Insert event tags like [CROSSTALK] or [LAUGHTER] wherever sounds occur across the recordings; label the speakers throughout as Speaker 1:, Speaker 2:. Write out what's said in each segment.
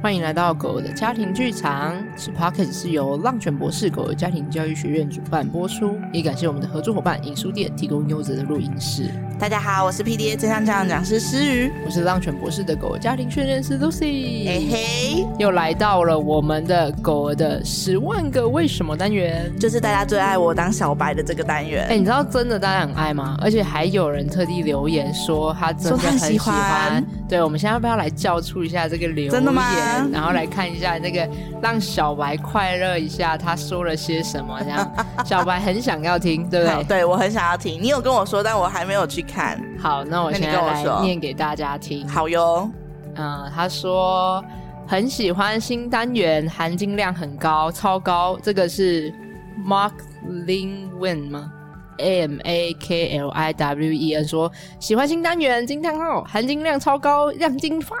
Speaker 1: 欢迎来到狗的家庭剧场。此 p o c k e t 是由浪犬博士狗的家庭教育学院主办播出，也感谢我们的合作伙伴影书店提供优质的录音室。
Speaker 2: 大家好，我是 PDA 真相讲讲师诗瑜。
Speaker 1: 我是浪犬博士的狗的家庭训练师 Lucy，、
Speaker 2: 嘿哎嘿，
Speaker 1: 哎又来到了我们的狗的十万个为什么单元。
Speaker 2: 就是大家最爱我当小白的这个单元。
Speaker 1: 哎、你知道真的大家很爱吗？而且还有人特地留言说他真的
Speaker 2: 说他
Speaker 1: 很
Speaker 2: 很
Speaker 1: 喜
Speaker 2: 喜
Speaker 1: 欢
Speaker 2: 欢。
Speaker 1: 对，我们现在要不要来叫出一下这个留言？
Speaker 2: 真的吗
Speaker 1: 然后来看一下那个让小白快乐一下，他说了些什么？这
Speaker 2: [LAUGHS]
Speaker 1: 样小白很想要听，对不
Speaker 2: 好
Speaker 1: 对？
Speaker 2: 对我很想要听，你有跟我说，但我还没有去看。
Speaker 1: 好，那我
Speaker 2: 那
Speaker 1: 现
Speaker 2: 你
Speaker 1: 在
Speaker 2: 跟我
Speaker 1: 来
Speaker 2: 说
Speaker 1: 念给大家听。
Speaker 2: 好哟，
Speaker 1: 嗯，他说很喜欢新单元，含金量很高，超高。这个是 Mark Lin Wen 吗？A M A K L I W E N 说喜欢新单元，惊叹号，含金量超高，亮晶发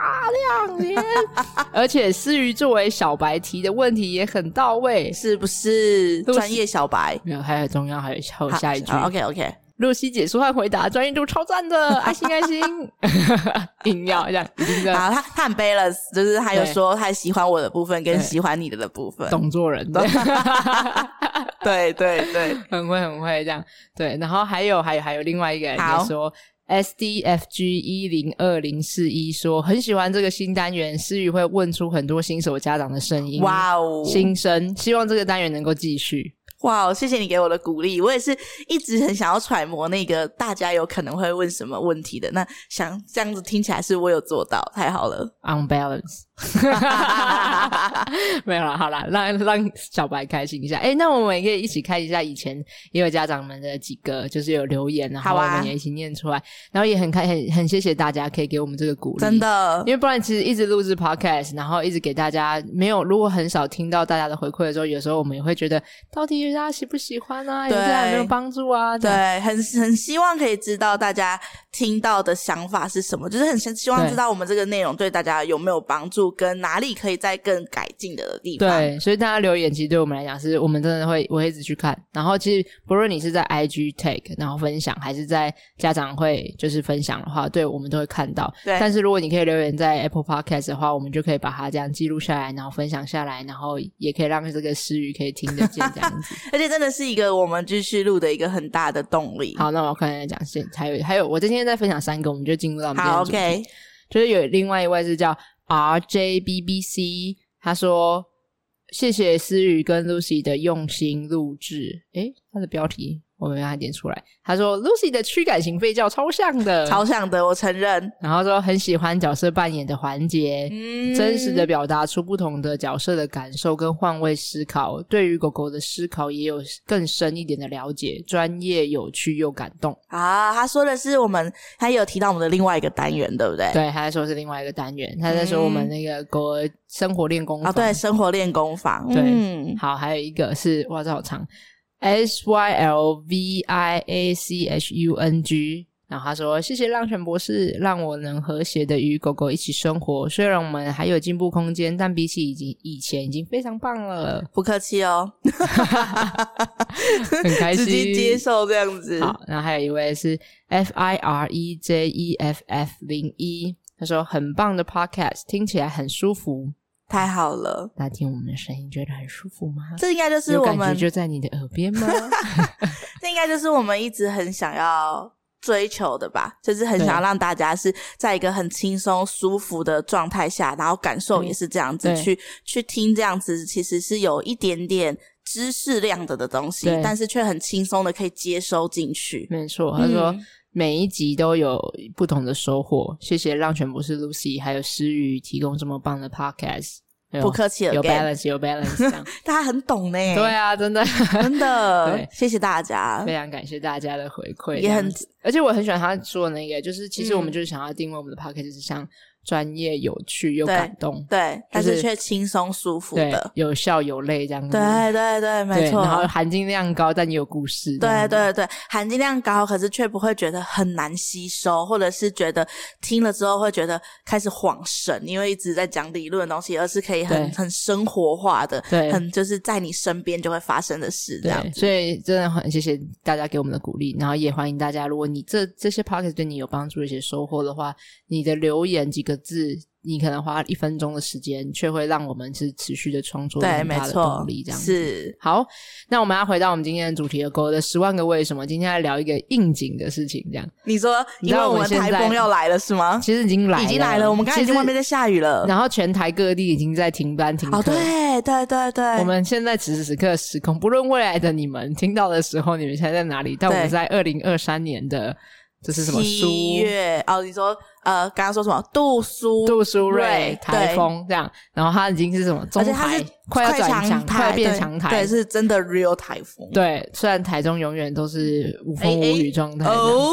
Speaker 1: 亮眼。 [LAUGHS] 而且思瑜作为小白提的问题也很到位，
Speaker 2: 是不是
Speaker 1: 都是
Speaker 2: 专业小白？
Speaker 1: 没有，还有重要，还有还有
Speaker 2: 好
Speaker 1: 下一句。
Speaker 2: 好 OK OK，
Speaker 1: [LAUGHS] 露西解说和回答专业度超赞的，爱心爱心， [LAUGHS] 硬要这样，一定的
Speaker 2: 好，他他很 balance，就是他有
Speaker 1: 对
Speaker 2: 说他喜欢我的部分跟
Speaker 1: 对
Speaker 2: 喜欢你的的部分。
Speaker 1: 懂做人。对
Speaker 2: 对对对，
Speaker 1: 很会很会这样。对，然后还有还有还有另外一个人
Speaker 2: 好
Speaker 1: 在说。S D F G 一零二零四一说很喜欢这个新单元，思雨会问出很多新手家长的声音，
Speaker 2: 哇哦，
Speaker 1: 嗯新生，希望这个单元能够继续。
Speaker 2: 哇哦，谢谢你给我的鼓励，我也是一直很想要揣摩那个大家有可能会问什么问题的。那想这样子听起来是我有做到，太好了。
Speaker 1: On
Speaker 2: [LAUGHS]
Speaker 1: balance，没有了，好了，让让小白开心一下。哎、那我们也可以一起看一下以前也有家长们的几个，就是有留言，然后
Speaker 2: 好
Speaker 1: 我
Speaker 2: 啊
Speaker 1: 们也一起念出来，然后也很开很很谢谢大家可以给我们这个鼓励，
Speaker 2: 真的
Speaker 1: 因为不然其实一直录制 podcast，然后一直给大家没有，如果很少听到大家的回馈的时候，有时候我们也会觉得到底大家喜不喜欢啊，有
Speaker 2: 对
Speaker 1: 对大家有没有帮助啊？这样， [LAUGHS]
Speaker 2: 对，很很希望可以知道大家听到的想法是什么，就是很希望
Speaker 1: 对
Speaker 2: 知道我们这个内容对大家有没有帮助，跟哪里可以再更改进的地方。，
Speaker 1: 对，所以大家留言其实对我们来讲是，我们真的会我会一直去看，然后其实不论你是在 IG take 然后分享，还是在家长会就是分享的话，对我们都会看到。
Speaker 2: 对
Speaker 1: 但是如果你可以留言在 Apple Podcast 的话，我们就可以把它这样记录下来，然后分享下来，然后也可以让这个私语可以听得见这样子。
Speaker 2: 而且真的是一个我们继续录的一个很大的动力。
Speaker 1: 好，那我要快点讲先，还有还有，我今天再分享三个，我们就进入到我们今天的
Speaker 2: 好
Speaker 1: 主题
Speaker 2: ，OK，
Speaker 1: 就是有另外一位是叫 RJBBC，他说谢谢思雨跟 Lucy 的用心录制，诶，他的标题我没把它点出来，他说 Lucy 的驱赶型吠叫超像的，
Speaker 2: 超想的，我承认，
Speaker 1: 然后说很喜欢角色扮演的环节，
Speaker 2: 嗯
Speaker 1: 真实的表达出不同的角色的感受跟换位思考，对于狗狗的思考也有更深一点的了解，专业、有趣又感动。
Speaker 2: 啊，他说的是我们，他也有提到我们的另外一个单元，对不对？
Speaker 1: 对，他在说是另外一个单元，他在说我们那个狗儿生活练功
Speaker 2: 啊，
Speaker 1: 房
Speaker 2: 对，生活练功房，
Speaker 1: 对
Speaker 2: 嗯，
Speaker 1: 好，还有一个是哇，这好长，S Y L V I A C H U N G。然后他说：“谢谢浪犬博士，让我能和谐的与狗狗一起生活。虽然我们还有进步空间，但比起已经以前已经非常棒了，
Speaker 2: 不客气哦，
Speaker 1: [LAUGHS]
Speaker 2: [LAUGHS]
Speaker 1: 很开心。
Speaker 2: 直接接受这样子，
Speaker 1: 好，然后还有一位是 F I R E J E F F 零一，他说很棒的 podcast，听起来很舒服。
Speaker 2: 太好了，
Speaker 1: 大家听我们的声音，觉得很舒服吗？
Speaker 2: 这应该就是
Speaker 1: 有
Speaker 2: 我
Speaker 1: 感
Speaker 2: 们
Speaker 1: 觉就在你的耳边
Speaker 2: [LAUGHS]
Speaker 1: 吗？
Speaker 2: 这应该就是我们一直很想要追求的吧，就是很想要
Speaker 1: 对
Speaker 2: 让大家是在一个很轻松、舒服的状态下，然后感受也是这样子
Speaker 1: 嗯对
Speaker 2: 去去听，这样子其实是有一点点知识量的的东西
Speaker 1: 对，
Speaker 2: 但是却很轻松的可以接收进去。
Speaker 1: 没错，他说、
Speaker 2: 嗯
Speaker 1: 每一集都有不同的收获。谢谢浪犬博士 Lucy 还有诗雨提供这么棒的 podcast，哎呦
Speaker 2: 不客气了
Speaker 1: 有 balance 有 balance，这
Speaker 2: [LAUGHS]
Speaker 1: 样
Speaker 2: 大家很懂呢，
Speaker 1: 对啊，真的
Speaker 2: 真
Speaker 1: 对
Speaker 2: 的，谢谢大
Speaker 1: [LAUGHS]
Speaker 2: 家
Speaker 1: 非。常感谢大家的回馈，
Speaker 2: 也很
Speaker 1: 这样子，而且我很喜欢他说的那个，就是其实
Speaker 2: 嗯
Speaker 1: 我们就是想要定位我们的 podcast 是像专业、有趣又
Speaker 2: 对
Speaker 1: 感动，
Speaker 2: 对，但
Speaker 1: 就是
Speaker 2: 是却轻松舒服
Speaker 1: 对
Speaker 2: 的，，
Speaker 1: 有笑有泪这样子，
Speaker 2: 对对对，没
Speaker 1: 对
Speaker 2: 错。
Speaker 1: 然后含金量高，但也有故事，这样
Speaker 2: 对
Speaker 1: 子
Speaker 2: 对对，含金量高，可是却不会觉得很难吸收，或者是觉得听了之后会觉得开始晃神，因为一直在讲理论的东西，而是可以很
Speaker 1: 对
Speaker 2: 很生活化的，
Speaker 1: 对
Speaker 2: 很就是在你身边就会发生的事这样
Speaker 1: 对，
Speaker 2: 子。
Speaker 1: 所以真的很谢谢大家给我们的鼓励，然后也欢迎大家，如果你这这些 p o c k e t 对你有帮助、一些收获的话，你的留言几个字，你可能花一分钟的时间，却会让我们是持续的创作
Speaker 2: 对，
Speaker 1: 很
Speaker 2: 没
Speaker 1: 大的
Speaker 2: 错
Speaker 1: 动力，这，样子。
Speaker 2: 是
Speaker 1: 好，那我们要回到我们今天的主题了，狗的十万个为什么。今天来聊一个应景的事情，这样
Speaker 2: 你说，
Speaker 1: 你知
Speaker 2: 因为
Speaker 1: 道
Speaker 2: 我
Speaker 1: 我
Speaker 2: 们
Speaker 1: 们现
Speaker 2: 台
Speaker 1: 在
Speaker 2: 风要来了是吗？
Speaker 1: 其实已经来了，
Speaker 2: 已经来了，我们刚才已
Speaker 1: 其
Speaker 2: 经
Speaker 1: 实
Speaker 2: 外面在下雨了。
Speaker 1: 然后全台各地已经在停班停课。
Speaker 2: 哦，对对对对，
Speaker 1: 我们现在此时此刻时空，不论未来的你们听到的时候，你们现在在哪里？但我们
Speaker 2: 对
Speaker 1: 在二零二三年的这是什么书？
Speaker 2: 七月哦，你说呃，刚刚说什么？杜苏
Speaker 1: 杜苏芮
Speaker 2: 对
Speaker 1: 台风这样，然后它已经是什么中
Speaker 2: 而且它
Speaker 1: 台
Speaker 2: 是，
Speaker 1: 快要转
Speaker 2: 强
Speaker 1: 强，快要变
Speaker 2: 对
Speaker 1: 强台
Speaker 2: 对，。是真的 real 台风。
Speaker 1: 对，虽然台中永远都是无风无
Speaker 2: 哎哎
Speaker 1: 雨状态。
Speaker 2: 哦，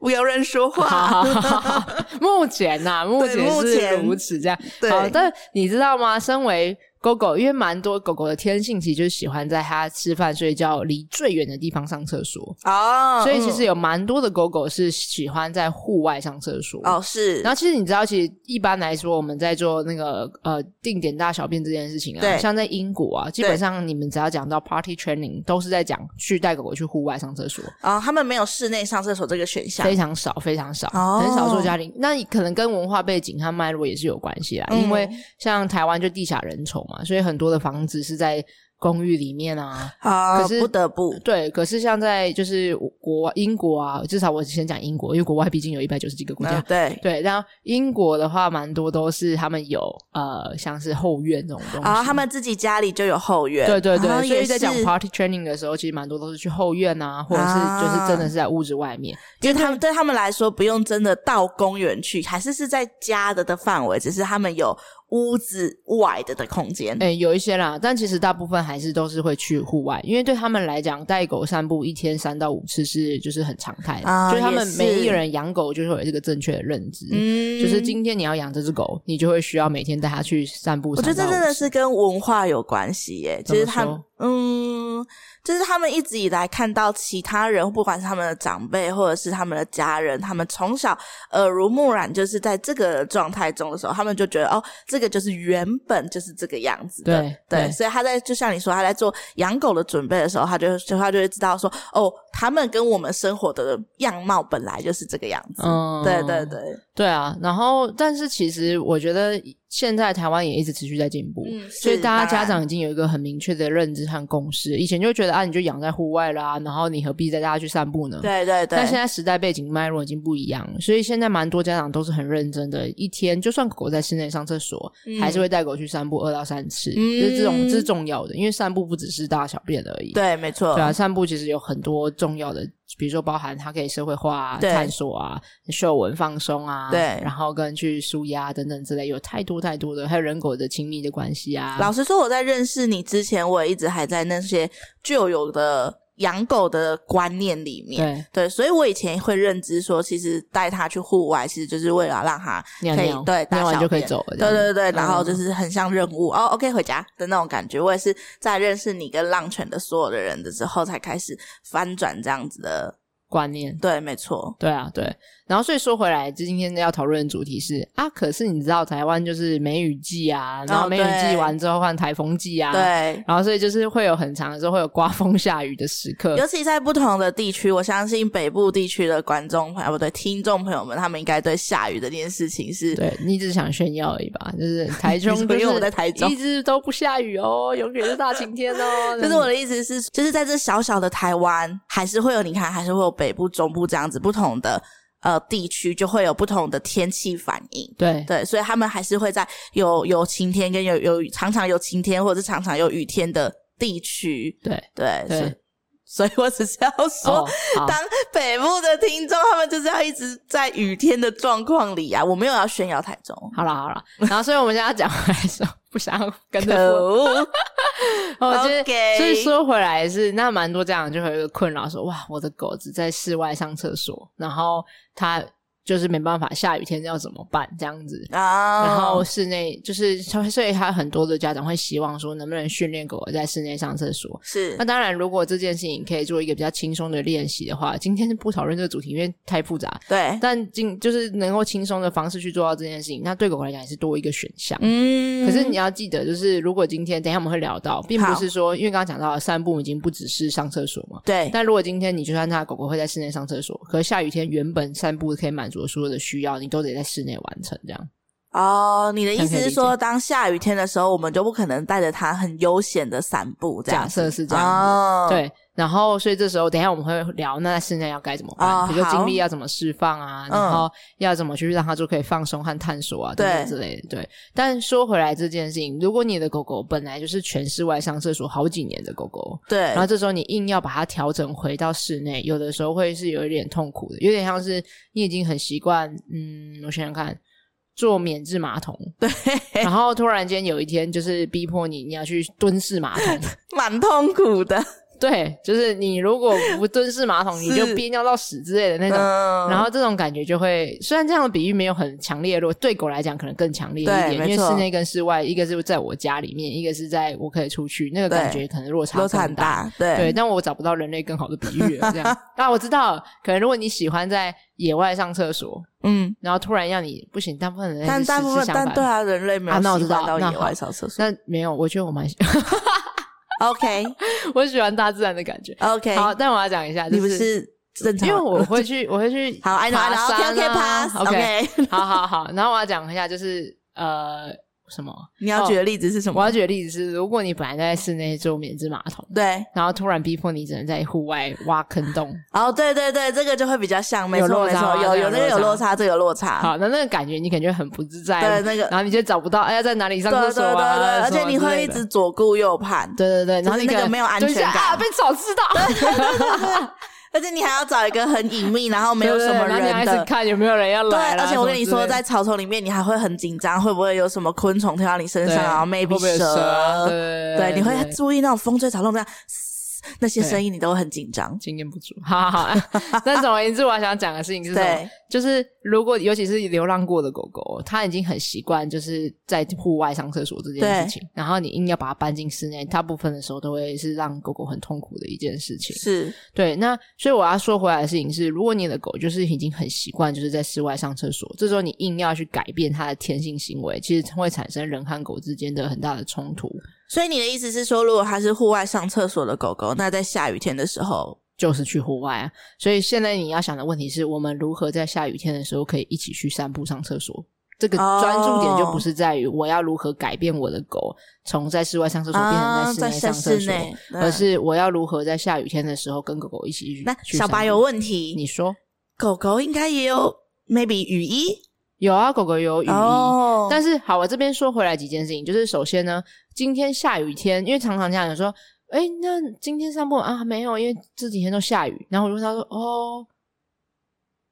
Speaker 2: 不要乱说话。
Speaker 1: 好好好好好目前呐、目前
Speaker 2: 目
Speaker 1: 是
Speaker 2: 前
Speaker 1: 如此这样。
Speaker 2: 对
Speaker 1: 好，但你知道吗？身为狗狗，因为蛮多狗狗的天性其实就是喜欢在它吃饭、睡觉离最远的地方上厕所，
Speaker 2: 哦，
Speaker 1: 所以其实
Speaker 2: 嗯
Speaker 1: 有蛮多的狗狗是喜欢在户外上厕所。
Speaker 2: 哦是，
Speaker 1: 然后其实你知道，其实一般来说，我们在做那个呃定点大小便这件事情啊，
Speaker 2: 对
Speaker 1: 像在英国啊，基本上你们只要讲到 party training，都是在讲去带狗狗去户外上厕所，
Speaker 2: 啊，他们没有室内上厕所这个选项
Speaker 1: 非。常少，非常少，
Speaker 2: 哦
Speaker 1: 很少做家庭。那可能跟文化背景和脉络也是有关系啦，
Speaker 2: 嗯
Speaker 1: 因为像台湾就地下人稠嘛，所以很多的房子是在公寓里面啊，
Speaker 2: 啊
Speaker 1: 可，是
Speaker 2: 不得不
Speaker 1: 对，可是像在就是国外英国啊，至少我先讲英国，因为国外毕竟有一百九十几个国家
Speaker 2: 啊，，对
Speaker 1: 对。然后英国的话，蛮多都是他们有呃，像是后院这种东西。
Speaker 2: 然后哦啊他们自己家里就有后院，
Speaker 1: 对对对，
Speaker 2: 然后
Speaker 1: 所
Speaker 2: 也
Speaker 1: 以在讲
Speaker 2: 是
Speaker 1: party training 的时候，其实蛮多都是去后院啊，或者是就是真的是在屋子外面。
Speaker 2: 因为他们对他们来说，不用真的到公园去，还是是在家的的范围，只是他们有屋子外的的空间。
Speaker 1: 哎、有一些啦，但其实大部分还是都是会去户外，因为对他们来讲，带狗散步一天三到五次是就是很常态的，
Speaker 2: 啊
Speaker 1: 就是他们
Speaker 2: 也是
Speaker 1: 每一个人养狗就是会有这个正确的认知。
Speaker 2: 嗯
Speaker 1: 就是今天你要养这只狗，你就会需要每天带它去散步。
Speaker 2: 我觉得
Speaker 1: 散
Speaker 2: 这
Speaker 1: 到
Speaker 2: 真的
Speaker 1: 五次
Speaker 2: 是跟文化有关系耶，
Speaker 1: 怎
Speaker 2: 就
Speaker 1: 么
Speaker 2: 是他们
Speaker 1: 说，
Speaker 2: 嗯，就是他们一直以来看到其他人，不管是他们的长辈或者是他们的家人，他们从小耳濡目染，就是在这个状态中的时候，他们就觉得哦，这个就是原本就是这个样子的，
Speaker 1: 对
Speaker 2: 对，
Speaker 1: 对
Speaker 2: 所以他在就像你说，他在做养狗的准备的时候，他就就他就会知道说，哦，他们跟我们生活的样貌本来就是这个样子，
Speaker 1: 嗯
Speaker 2: 对对对，
Speaker 1: 对啊，然后但是其实我觉得现在台湾也一直持续在进步，
Speaker 2: 嗯
Speaker 1: 所以
Speaker 2: 是
Speaker 1: 大家
Speaker 2: 当
Speaker 1: 家
Speaker 2: 然
Speaker 1: 长已经有一个很明确的认知和共识。以前就觉得啊，你就养在户外啦，然后你何必带大家去散步呢？。
Speaker 2: 对对对，
Speaker 1: 但现在时代背景脉络已经不一样了，所以现在蛮多家长都是很认真的，一天就算狗狗在室内上厕所，
Speaker 2: 嗯
Speaker 1: 还是会带狗去散步二到三次，
Speaker 2: 嗯
Speaker 1: 就是这种这是重要的，因为散步不只是大小便而已。
Speaker 2: 对，没错，
Speaker 1: 对啊，散步其实有很多重要的，比如说包含它可以社会化、啊、
Speaker 2: 对
Speaker 1: 探索啊、嗅闻、放松啊，
Speaker 2: 对
Speaker 1: 然后跟去舒压啊等等之类，有太多太多的，还有人狗的亲密的关系啊。
Speaker 2: 老实说，我在认识你之前，我也一直还在那些旧有的养狗的观念里面。
Speaker 1: 对，
Speaker 2: 对，所以我以前会认知说，其实带它去户外，其实就是为了让它
Speaker 1: 尿
Speaker 2: 可以
Speaker 1: 尿
Speaker 2: 对大
Speaker 1: 尿完
Speaker 2: 小
Speaker 1: 就可以
Speaker 2: 便
Speaker 1: 走了这
Speaker 2: 对
Speaker 1: 样子。
Speaker 2: 对对，然
Speaker 1: 嗯
Speaker 2: 后就是很像任务、哦，OK 回家的那种感觉。我也是在认识你跟浪犬的所有的人的之后，才开始翻转这样子的。
Speaker 1: 观念。
Speaker 2: 对，没错，
Speaker 1: 对啊，对，然后所以说回来，就今天要讨论的主题是啊，可是你知道台湾就是梅雨季啊，然后
Speaker 2: 哦
Speaker 1: 梅雨季
Speaker 2: 对
Speaker 1: 完之后换台风季啊，，
Speaker 2: 对，
Speaker 1: 然后所以就是会有很长的时候会有刮风下雨的时刻，
Speaker 2: 尤其在不同的地区，我相信北部地区的观众朋友啊不对，听众朋友们，他们应该对下雨这件事情是
Speaker 1: 对你只是想炫耀而已吧？
Speaker 2: [LAUGHS]
Speaker 1: 就是台
Speaker 2: 你
Speaker 1: 中，
Speaker 2: 说因为我在台中
Speaker 1: 一直都不下雨哦，永远是大晴天哦。
Speaker 2: [LAUGHS] 就是我的意思是，就是在这小小的台湾，还是会有你看，还是会有北部、中部这样子不同的呃地区，就会有不同的天气反应。
Speaker 1: 对
Speaker 2: 对，所以他们还是会在有有晴天跟有有常常有晴天，或者是常常有雨天的地区。
Speaker 1: 对
Speaker 2: 对，所以
Speaker 1: 对，
Speaker 2: 所以我只是要说，
Speaker 1: 哦好
Speaker 2: 当北部的听众，他们就是要一直在雨天的状况里啊。我没有要炫耀台中，
Speaker 1: 好了好了，然后所以我们现在要讲回来说，不想要跟
Speaker 2: 可
Speaker 1: 着
Speaker 2: [LAUGHS] 恶！
Speaker 1: 我觉得
Speaker 2: OK
Speaker 1: 所以说回来是，那蛮多家长就会有一个困扰，说哇，我的狗只在室外上厕所，然后它就是没办法，下雨天要怎么办？这样子。
Speaker 2: 啊，
Speaker 1: 然后室内就是，所以他很多的家长会希望说，能不能训练狗狗在室内上厕所？
Speaker 2: 是
Speaker 1: 那当然，如果这件事情可以做一个比较轻松的练习的话，今天是不讨论这个主题，因为太复杂。
Speaker 2: 对，
Speaker 1: 但今就是能够轻松的方式去做到这件事情，那对狗狗来讲也是多一个选项。
Speaker 2: 嗯
Speaker 1: 可是你要记得，就是如果今天等一下我们会聊到，并不
Speaker 2: 好
Speaker 1: 是说，因为刚刚讲到散步已经不只是上厕所嘛。
Speaker 2: 对
Speaker 1: 但如果今天你就算它狗狗会在室内上厕所，可是下雨天原本散步可以满足所有的需要，你都得在室内完成这样。
Speaker 2: 哦，你的意思
Speaker 1: 这样可以
Speaker 2: 是
Speaker 1: 理解
Speaker 2: 说，当下雨天的时候，我们就不可能带着它很悠闲的散步，这样
Speaker 1: 假设是这样子
Speaker 2: 哦，，
Speaker 1: 对，然后所以这时候，等一下我们会聊，那现在要该怎么办？
Speaker 2: 哦
Speaker 1: 比如说精力
Speaker 2: 好
Speaker 1: 要怎么释放啊，
Speaker 2: 嗯
Speaker 1: 然后要怎么去让它就可以放松和探索啊，
Speaker 2: 对
Speaker 1: 等等之类的。对，但说回来这件事情，如果你的狗狗本来就是全室外上厕所好几年的狗狗，
Speaker 2: 对
Speaker 1: 然后这时候你硬要把它调整回到室内，有的时候会是有一点痛苦的，有点像是你已经很习惯，嗯，我想想看。坐免治马桶，对，然后突然间有一天就是逼迫你，你要去蹲式马桶，
Speaker 2: 蛮痛苦的，
Speaker 1: 对，就是你如果不蹲式马
Speaker 2: [LAUGHS]
Speaker 1: 桶，你就是憋尿到屎之类的那种。
Speaker 2: 嗯，
Speaker 1: 然后这种感觉就会，虽然这样的比喻没有很强烈，如果对狗来讲可能更强烈一
Speaker 2: 对
Speaker 1: 点，因
Speaker 2: 没
Speaker 1: 为
Speaker 2: 错
Speaker 1: 室内跟室外，一个是在我家里面，一个是在我可以出去，那个感
Speaker 2: 对
Speaker 1: 觉可能落差
Speaker 2: 落差
Speaker 1: 更
Speaker 2: 很。大，对
Speaker 1: 对，但我找不到人类更好的比喻了。这
Speaker 2: [LAUGHS]
Speaker 1: 样，那我知道，可能如果你喜欢在野外上厕所，
Speaker 2: 嗯，
Speaker 1: 然后突然让你不行，大部分人类
Speaker 2: 但
Speaker 1: 是
Speaker 2: 大部
Speaker 1: 是
Speaker 2: 分
Speaker 1: 相
Speaker 2: 但
Speaker 1: 反
Speaker 2: 对啊，人类没有
Speaker 1: 啊那我
Speaker 2: 习
Speaker 1: 知道
Speaker 2: 惯到
Speaker 1: 那
Speaker 2: 野
Speaker 1: 好
Speaker 2: 外扫厕所。
Speaker 1: 那没有，我觉得我蛮喜， [LAUGHS]
Speaker 2: OK
Speaker 1: 我喜欢大自然的感觉。
Speaker 2: OK，
Speaker 1: [LAUGHS] 好，但我要讲一下，就
Speaker 2: 你不是正常，
Speaker 1: 因为我会
Speaker 2: [LAUGHS]
Speaker 1: 去，我会去
Speaker 2: 好，I know I
Speaker 1: 爬
Speaker 2: know，OK
Speaker 1: 山
Speaker 2: OK
Speaker 1: 啊
Speaker 2: pass OK，
Speaker 1: 好好好。然后我要讲一下，就是呃，什么？
Speaker 2: 你要举的例子是什
Speaker 1: 我
Speaker 2: 么
Speaker 1: 要？举的例子是，如果你本来在室内做免治马桶，
Speaker 2: 对，
Speaker 1: 然后突然逼迫你只能在户外挖坑
Speaker 2: [LAUGHS]
Speaker 1: 洞，
Speaker 2: 哦，对对对，这个就会比较像，没
Speaker 1: 有
Speaker 2: 错
Speaker 1: 落
Speaker 2: 没
Speaker 1: 差
Speaker 2: 错，
Speaker 1: 吗
Speaker 2: 有
Speaker 1: 这
Speaker 2: 有
Speaker 1: 有
Speaker 2: 那个有
Speaker 1: 落
Speaker 2: 落差，这个有落差，
Speaker 1: 好，哎那那个感觉你感觉很不自在，
Speaker 2: 对那个
Speaker 1: 然后你就找不到，哎呀，在哪里上
Speaker 2: 对
Speaker 1: 厕
Speaker 2: 对对
Speaker 1: 所
Speaker 2: 对，
Speaker 1: 啊？
Speaker 2: 对
Speaker 1: 什
Speaker 2: 而
Speaker 1: 么
Speaker 2: 且你
Speaker 1: 之
Speaker 2: 会
Speaker 1: 类
Speaker 2: 一
Speaker 1: 的
Speaker 2: 直左顾右盼，
Speaker 1: 对对对，然后
Speaker 2: 就是
Speaker 1: 你
Speaker 2: 那
Speaker 1: 可
Speaker 2: 个
Speaker 1: 能
Speaker 2: 没有安
Speaker 1: 就一
Speaker 2: 全
Speaker 1: 下
Speaker 2: 感
Speaker 1: 啊，被草吃到，
Speaker 2: 而且你还要找一个很隐秘，然后没有
Speaker 1: 对
Speaker 2: 什
Speaker 1: 对 [LAUGHS]
Speaker 2: 么
Speaker 1: 然后你
Speaker 2: 人
Speaker 1: 还是
Speaker 2: 的。
Speaker 1: 看有没有人要
Speaker 2: 对，
Speaker 1: 来啦
Speaker 2: 而且我跟你
Speaker 1: 什么
Speaker 2: 说，
Speaker 1: 之类的
Speaker 2: 在草丛里面，你还会很紧张，会不会有什么昆虫跳到你身上，
Speaker 1: 对
Speaker 2: 然后
Speaker 1: 会
Speaker 2: maybe
Speaker 1: 不会有蛇啊，
Speaker 2: 蛇，
Speaker 1: 对
Speaker 2: 对，你会
Speaker 1: 对
Speaker 2: 注意那种风吹草动这样，嘶那些
Speaker 1: 对
Speaker 2: 声音你都会很紧张。
Speaker 1: 经验不足。 [LAUGHS] 好好好，那总而言之，我想讲的事情是什么
Speaker 2: 对？
Speaker 1: 就是如果尤其是流浪过的狗狗，它已经很习惯就是在户外上厕所这件事情，然后你硬要把它搬进室内，大部分的时候都会是让狗狗很痛苦的一件事情。
Speaker 2: 是，
Speaker 1: 对，那所以我要说回来的事情是，如果你的狗就是已经很习惯就是在室外上厕所，这时候你硬要去改变它的天性行为，其实会产生人和狗之间的很大的冲突，
Speaker 2: 所以你的意思是说，如果它是户外上厕所的狗
Speaker 1: 嗯
Speaker 2: 狗，那在下雨天的时候，
Speaker 1: 就是去户外啊。所以现在你要想的问题是我们如何在下雨天的时候可以一起去散步、上厕所。这个
Speaker 2: 哦
Speaker 1: 专注点就不是在于我要如何改变我的狗从在室外上厕所变
Speaker 2: 啊，
Speaker 1: 成在
Speaker 2: 在
Speaker 1: 室内上
Speaker 2: 室
Speaker 1: 厕所，
Speaker 2: 内，
Speaker 1: 而
Speaker 2: 嗯
Speaker 1: 是我要如何在下雨天的时候跟狗狗一起去。
Speaker 2: 那
Speaker 1: 去
Speaker 2: 小
Speaker 1: 散
Speaker 2: 白
Speaker 1: 步
Speaker 2: 有问题，
Speaker 1: 你说
Speaker 2: 狗狗应该也有 maybe 雨衣
Speaker 1: 有啊，狗狗有雨衣。
Speaker 2: 哦，
Speaker 1: 但是好，我这边说回来几件事情，就是首先呢，今天下雨天，因为常常这样有说，哎、那今天散步啊没有，因为这几天都下雨。然后我就问他说，哦，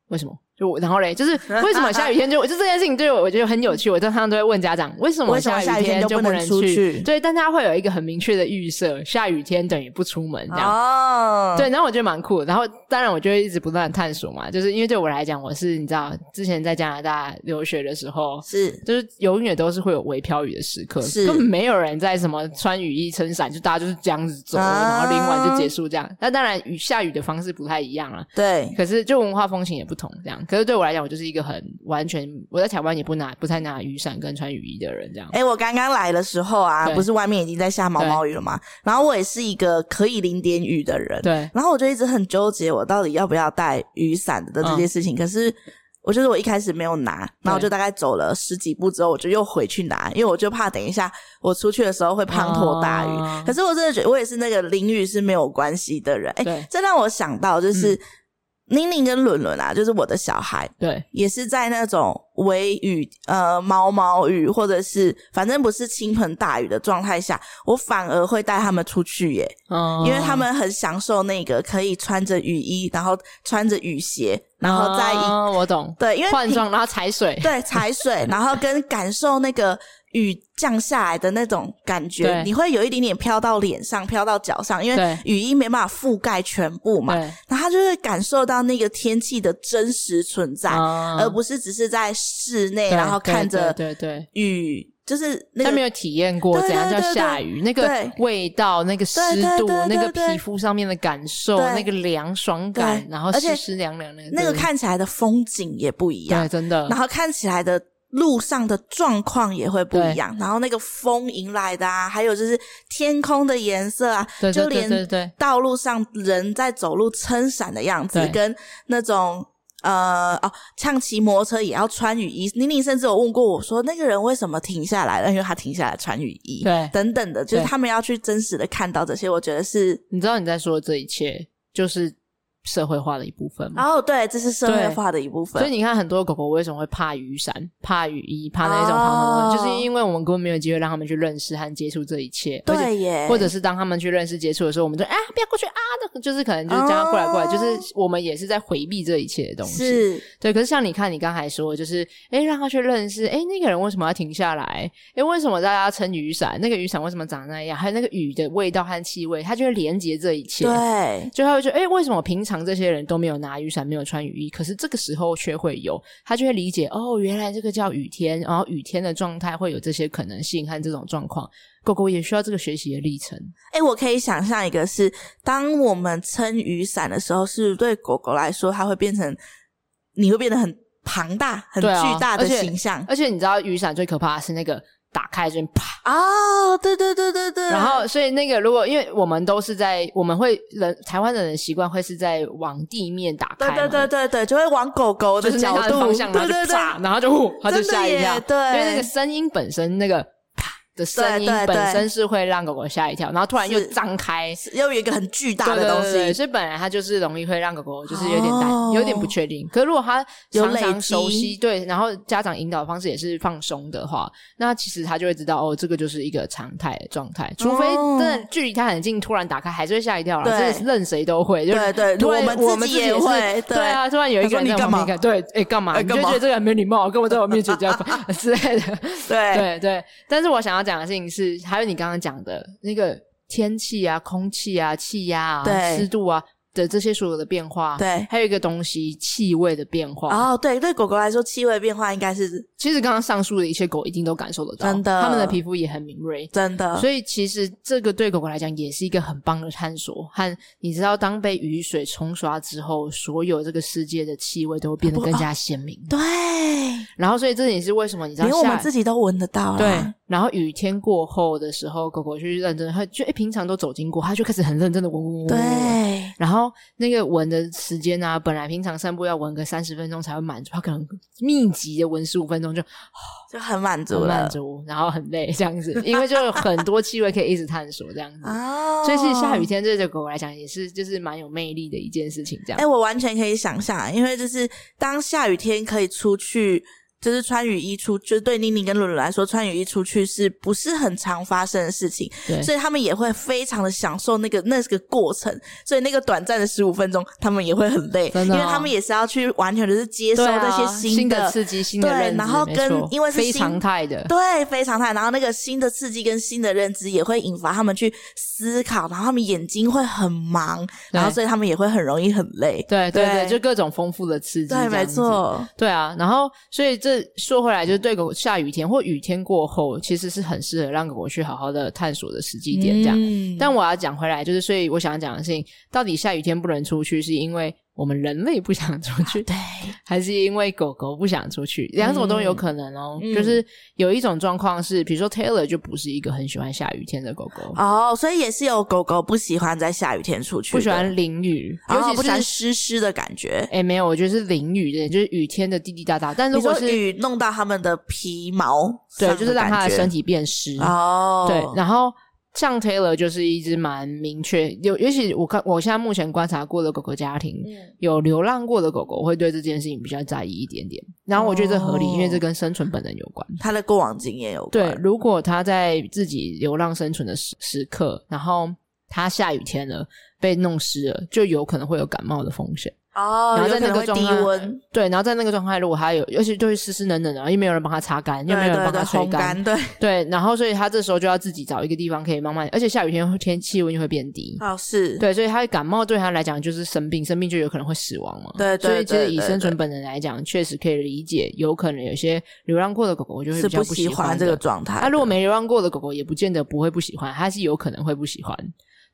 Speaker 1: 为什么？就我然后嘞，就是为什么下雨天就就这件事情对我我觉得很有趣，我常常都会问家长为什么
Speaker 2: 为什么下雨
Speaker 1: 雨
Speaker 2: 天就
Speaker 1: 就
Speaker 2: 不能
Speaker 1: 能
Speaker 2: 出去
Speaker 1: 对，但他会有一个很明确的预设，下雨天等于不出门这样。
Speaker 2: 哦，
Speaker 1: 对，然后我觉得蛮酷的。然后当然，我就会一直不断的探索嘛，就是因为对我来讲，我是你知道，之前在加拿大留学的时候，
Speaker 2: 是
Speaker 1: 就是永远都是会有微飘雨的时刻，
Speaker 2: 是
Speaker 1: 根本没有人在什么穿雨衣、撑伞，就大家就是这样子走，
Speaker 2: 啊
Speaker 1: 然后淋完就结束这样。那当然雨下雨的方式不太一样啦，
Speaker 2: 对，
Speaker 1: 可是就文化风情也不同这样。可是对我来讲，我就是一个很完全我在台湾也不拿不太拿雨伞跟穿雨衣的人这样。
Speaker 2: 哎、我刚刚来的时候啊，
Speaker 1: 对
Speaker 2: 不是外面已经在下毛毛雨了吗？然后我也是一个可以淋点雨的人，
Speaker 1: 对，
Speaker 2: 然后我就一直很纠结，我到底要不要带雨伞的这件事情。可是我就是我一开始没有拿，然后我就大概走
Speaker 1: 哦
Speaker 2: 了十几步之后，我就又回去拿，因为我就怕等一下我出去的时候会滂沱大雨。
Speaker 1: 哦
Speaker 2: 可是我真的觉得我也是那个淋雨是没有关系的人。哎、
Speaker 1: 对嗯
Speaker 2: 这让我想到就是、宁宁跟伦伦啊，就是我的小孩，
Speaker 1: 对
Speaker 2: 也是在那种微雨、呃毛毛雨，或者是反正不是倾盆大雨的状态下，我反而会带他们出去耶，
Speaker 1: 嗯，
Speaker 2: 因为他们很享受那个可以穿着雨衣，然后穿着雨鞋，然后再一、
Speaker 1: 嗯我懂
Speaker 2: 对，因为
Speaker 1: 换
Speaker 2: 平
Speaker 1: 装，然后踩水，
Speaker 2: 对踩水，然后跟感受那个雨降下来的那种感觉，
Speaker 1: 对
Speaker 2: 你会有一点点飘到脸上、飘到脚上，因为
Speaker 1: 对
Speaker 2: 雨衣没办法覆盖全部嘛，
Speaker 1: 对，
Speaker 2: 然后他就会感受到那个天气的真实存在。
Speaker 1: 嗯
Speaker 2: 而不是只是在室内，
Speaker 1: 对
Speaker 2: 然后
Speaker 1: 对
Speaker 2: 看
Speaker 1: 对
Speaker 2: 着
Speaker 1: 对对。
Speaker 2: 雨，就是那
Speaker 1: 他没
Speaker 2: 个
Speaker 1: 有体验过
Speaker 2: 对
Speaker 1: 怎样
Speaker 2: 对
Speaker 1: 叫
Speaker 2: 对
Speaker 1: 下
Speaker 2: 对
Speaker 1: 雨，那个
Speaker 2: 对
Speaker 1: 味道、那个湿
Speaker 2: 对对
Speaker 1: 度、
Speaker 2: 对
Speaker 1: 那
Speaker 2: 对
Speaker 1: 个
Speaker 2: 对
Speaker 1: 皮肤上面的感受、
Speaker 2: 对
Speaker 1: 那个凉爽感
Speaker 2: 对，
Speaker 1: 然后
Speaker 2: 而且
Speaker 1: 湿湿凉凉的
Speaker 2: 那个
Speaker 1: 对
Speaker 2: 看起来的风景也不一样
Speaker 1: 对，，真的
Speaker 2: 然，后看起来的路上的状况也会不一样，然后那个风迎来的啊，还有就是天空的颜色啊，
Speaker 1: 对对
Speaker 2: 就
Speaker 1: 对对
Speaker 2: 连
Speaker 1: 对
Speaker 2: 道路上人在走路撑伞的样子
Speaker 1: 对，
Speaker 2: 跟那种。呃哦，像骑摩托车也要穿雨衣。妮妮甚至有问过我说，那个人为什么停下来了？因为他停下来穿雨衣，
Speaker 1: 对
Speaker 2: 等等的，就
Speaker 1: 对
Speaker 2: 是他们要去真实的看到这些，我觉得是
Speaker 1: 你知道你在说的这一切就是社会化的一部分吗？
Speaker 2: 哦，对，这是社会
Speaker 1: 对
Speaker 2: 化的一部分。
Speaker 1: 所以你看，很多狗狗为什么会怕雨伞、怕雨衣、怕那一种
Speaker 2: 哦
Speaker 1: 防风就是因为我们根本没有机会让他们去认识和接触这一切，而且
Speaker 2: 对耶，
Speaker 1: 或者是当他们去认识接触的时候，我们就啊不要过去啊，那就是可能就是叫他过来过来，
Speaker 2: 哦
Speaker 1: 就是我们也是在回避这一切的东西。
Speaker 2: 是
Speaker 1: 对，可是像你看，你刚才说，就是诶，让他去认识，诶，那个人为什么要停下来？诶，为什么大家撑雨伞？那个雨伞为什么长那样？还有那个雨的味道和气味，他就会连接这一切。
Speaker 2: 对，
Speaker 1: 就他会觉得，诶，为什么平常这些人都没有拿雨伞，没有穿雨衣，可是这个时候却会有？他就会理解，哦，原来这个叫雨天，然后雨天的状态会有这些可能性和这种状况。狗狗也需要这个学习的历程。
Speaker 2: 哎、我可以想象一个是，当我们撑雨伞的时候，是对狗狗来说，它会变成，你会变得很庞大、很
Speaker 1: 对啊
Speaker 2: 巨大的
Speaker 1: 而且
Speaker 2: 形象。
Speaker 1: 而且你知道，雨伞最可怕的是那个打开这边啪。
Speaker 2: 哦，对对对对对。
Speaker 1: 然后，所以那个如果因为我们都是在我们会人台湾人的习惯会是在往地面打开
Speaker 2: 对
Speaker 1: 嘛，
Speaker 2: 对对对对，就会往狗狗
Speaker 1: 就
Speaker 2: 的
Speaker 1: 是那
Speaker 2: 角
Speaker 1: 它的
Speaker 2: 度，
Speaker 1: 方向，然
Speaker 2: 对
Speaker 1: 后就
Speaker 2: 对对，
Speaker 1: 啪，然后就呼，它就
Speaker 2: 真的
Speaker 1: 吓一
Speaker 2: 耶
Speaker 1: 跳，
Speaker 2: 对
Speaker 1: 因为那个声音本身那个啪的声音
Speaker 2: 对对对
Speaker 1: 本身是会让狗狗吓一跳，然后突然又
Speaker 2: 是
Speaker 1: 张开。
Speaker 2: 是又有一个很巨大
Speaker 1: 对
Speaker 2: 的
Speaker 1: 对
Speaker 2: 东
Speaker 1: 对
Speaker 2: 西。
Speaker 1: 对所以本来它就是容易会让狗狗就是有点担、
Speaker 2: 哦
Speaker 1: 有点不确定。可是如果它
Speaker 2: 有
Speaker 1: 常
Speaker 2: 累积
Speaker 1: 常熟悉，对，然后家长引导的方式也是放松的话，那其实它就会知道哦，这个就是一个常态的状态。除非
Speaker 2: 哦
Speaker 1: 真的距离它很近，突然打开还是会吓一跳啦。
Speaker 2: 对
Speaker 1: 这个任谁都会，就
Speaker 2: 对对
Speaker 1: 突然
Speaker 2: 我们
Speaker 1: 我们自
Speaker 2: 自己
Speaker 1: 己
Speaker 2: 也
Speaker 1: 是
Speaker 2: 会对
Speaker 1: 对啊，突然有一个人在
Speaker 2: 他说你干
Speaker 1: 我
Speaker 2: 嘛
Speaker 1: 旁边看，对，哎，干嘛？
Speaker 2: 哎
Speaker 1: 你就
Speaker 2: 干嘛
Speaker 1: 觉得这个很没礼貌，跟我在我面前这
Speaker 2: [LAUGHS]
Speaker 1: 样讲之类的。
Speaker 2: 对
Speaker 1: 对对，但是我想要讲的事情是，还有你刚刚讲的那个天气啊、空气啊、气压啊、
Speaker 2: 对
Speaker 1: 湿度啊的这些所有的变化，
Speaker 2: 对
Speaker 1: 还有一个东西气味的变化。
Speaker 2: 哦，对，对狗狗来说，气味变化应该是
Speaker 1: 其实刚刚上述的一切，狗一定都感受得到，
Speaker 2: 真的呃
Speaker 1: 它们的皮肤也很敏锐。
Speaker 2: 真的。
Speaker 1: 所以其实这个对狗狗来讲也是一个很棒的探索，和你知道，当被雨水冲刷之后，所有这个世界的气味都会变得
Speaker 2: 不哦
Speaker 1: 更加鲜明。
Speaker 2: 对，
Speaker 1: 然后，所以这也是为什么你知道
Speaker 2: 连我
Speaker 1: 下
Speaker 2: 们自己都闻得到啦。啊
Speaker 1: 对，然后雨天过后的时候，狗狗去认真，它就、诶哎平常都走经过，它就开始很认真的闻闻闻。闻闻
Speaker 2: 对，
Speaker 1: 然后那个闻的时间啊，本来平常散步要闻个三十分钟才会满足，它可能密集的闻十五分钟就
Speaker 2: 就很满足
Speaker 1: 很
Speaker 2: 了
Speaker 1: 满足，然后很累这样子，因为就有很多气味可以一直探索这样子。
Speaker 2: [LAUGHS] 哦。
Speaker 1: 所以其实下雨天对这狗狗来讲也是就是蛮有魅力的一件事情，这样。
Speaker 2: 哎、我完全可以想象，因为就是当下雨天可以出去，就是穿雨衣出，就是对妮妮跟伦伦来说，穿雨衣出去是不是很常发生的事情？
Speaker 1: 对
Speaker 2: 所以他们也会非常的享受那个那个过程，所以那个短暂的十五分钟，他们也会很累，
Speaker 1: 真的哦
Speaker 2: 因为他们也是要去完全就是接收
Speaker 1: 对
Speaker 2: 那
Speaker 1: 啊
Speaker 2: 些
Speaker 1: 新
Speaker 2: 的。
Speaker 1: 刺激、新的
Speaker 2: 对
Speaker 1: 认知，
Speaker 2: 然后
Speaker 1: 没
Speaker 2: 跟
Speaker 1: 错
Speaker 2: 因为是
Speaker 1: 非
Speaker 2: 新
Speaker 1: 常态的，
Speaker 2: 对，非常态。然后那个新的刺激跟新的认知也会引发他们去思考，然后他们眼睛会很忙，然后所以他们也会很容易很累。
Speaker 1: 对对
Speaker 2: 对
Speaker 1: 对，就各种丰富的刺激，
Speaker 2: 对，没。错。
Speaker 1: 对啊，然后所以这说回来，就是对狗下雨天或雨天过后，其实是很适合让狗狗去好好的探索的时机点这样。
Speaker 2: 嗯
Speaker 1: 但我要讲回来，就是所以我想讲的事情，到底下雨天不能出去，是因为我们人类不想出去，
Speaker 2: 啊对，
Speaker 1: 还是因为狗狗不想出去？两种都有可能哦。
Speaker 2: 嗯
Speaker 1: 就是有一种状况是，比如说 Taylor 就不是一个很喜欢下雨天的狗狗，
Speaker 2: 哦，所以也是有狗狗不喜欢在下雨天出去的，
Speaker 1: 不喜欢淋雨，
Speaker 2: 哦，
Speaker 1: 尤其
Speaker 2: 不喜
Speaker 1: 是
Speaker 2: 欢湿湿的感觉。
Speaker 1: 哎、没有，我觉得是淋雨的，就是雨天的滴滴答答。但
Speaker 2: 你
Speaker 1: 如果
Speaker 2: 说
Speaker 1: 是
Speaker 2: 雨弄到他们的皮毛上
Speaker 1: 对，
Speaker 2: 感觉，
Speaker 1: 就是让它的身
Speaker 2: 体
Speaker 1: 体变湿。
Speaker 2: 哦，
Speaker 1: 对，然后像 Taylor 就是一只蛮明确，有尤其我看我现在目前观察过的狗狗家庭，
Speaker 2: 嗯
Speaker 1: 有流浪过的狗狗会对这件事情比较在意一点点。然后我觉得这合理，
Speaker 2: 哦
Speaker 1: 因为这跟生存本能有关。
Speaker 2: 它的过往经验有关
Speaker 1: 对，如果它在自己流浪生存的时时刻，然后它下雨天了被弄湿了，就有可能会有感冒的风险。
Speaker 2: 哦，
Speaker 1: 然后在
Speaker 2: 有可
Speaker 1: 那
Speaker 2: 能
Speaker 1: 个
Speaker 2: 会
Speaker 1: 状
Speaker 2: 低
Speaker 1: 态
Speaker 2: 温，
Speaker 1: 对，然后在那个状态，如果它有，尤其就是湿湿冷冷的，又没有人帮它擦干，又没
Speaker 2: 对
Speaker 1: 有人
Speaker 2: 对
Speaker 1: 帮
Speaker 2: 对，
Speaker 1: 它吹
Speaker 2: 烘干，对，
Speaker 1: 对，然后所以他这时候就要自己找一个地方可以慢慢，而且下雨天会天气温就会变低。
Speaker 2: 哦是，
Speaker 1: 对，所以他感冒对他来讲就是生病，生病就有可能会死亡嘛。
Speaker 2: 对对
Speaker 1: 所以其
Speaker 2: 对
Speaker 1: 实以
Speaker 2: 对
Speaker 1: 生存本能来讲，确实可以理解，有可能有些流浪过的狗狗就会
Speaker 2: 是
Speaker 1: 比较
Speaker 2: 喜
Speaker 1: 喜
Speaker 2: 欢
Speaker 1: 欢
Speaker 2: 这个
Speaker 1: 的。
Speaker 2: 状态的。
Speaker 1: 它、如果没流浪过的狗狗，也不见得不会不喜欢，它是有可能会不喜欢。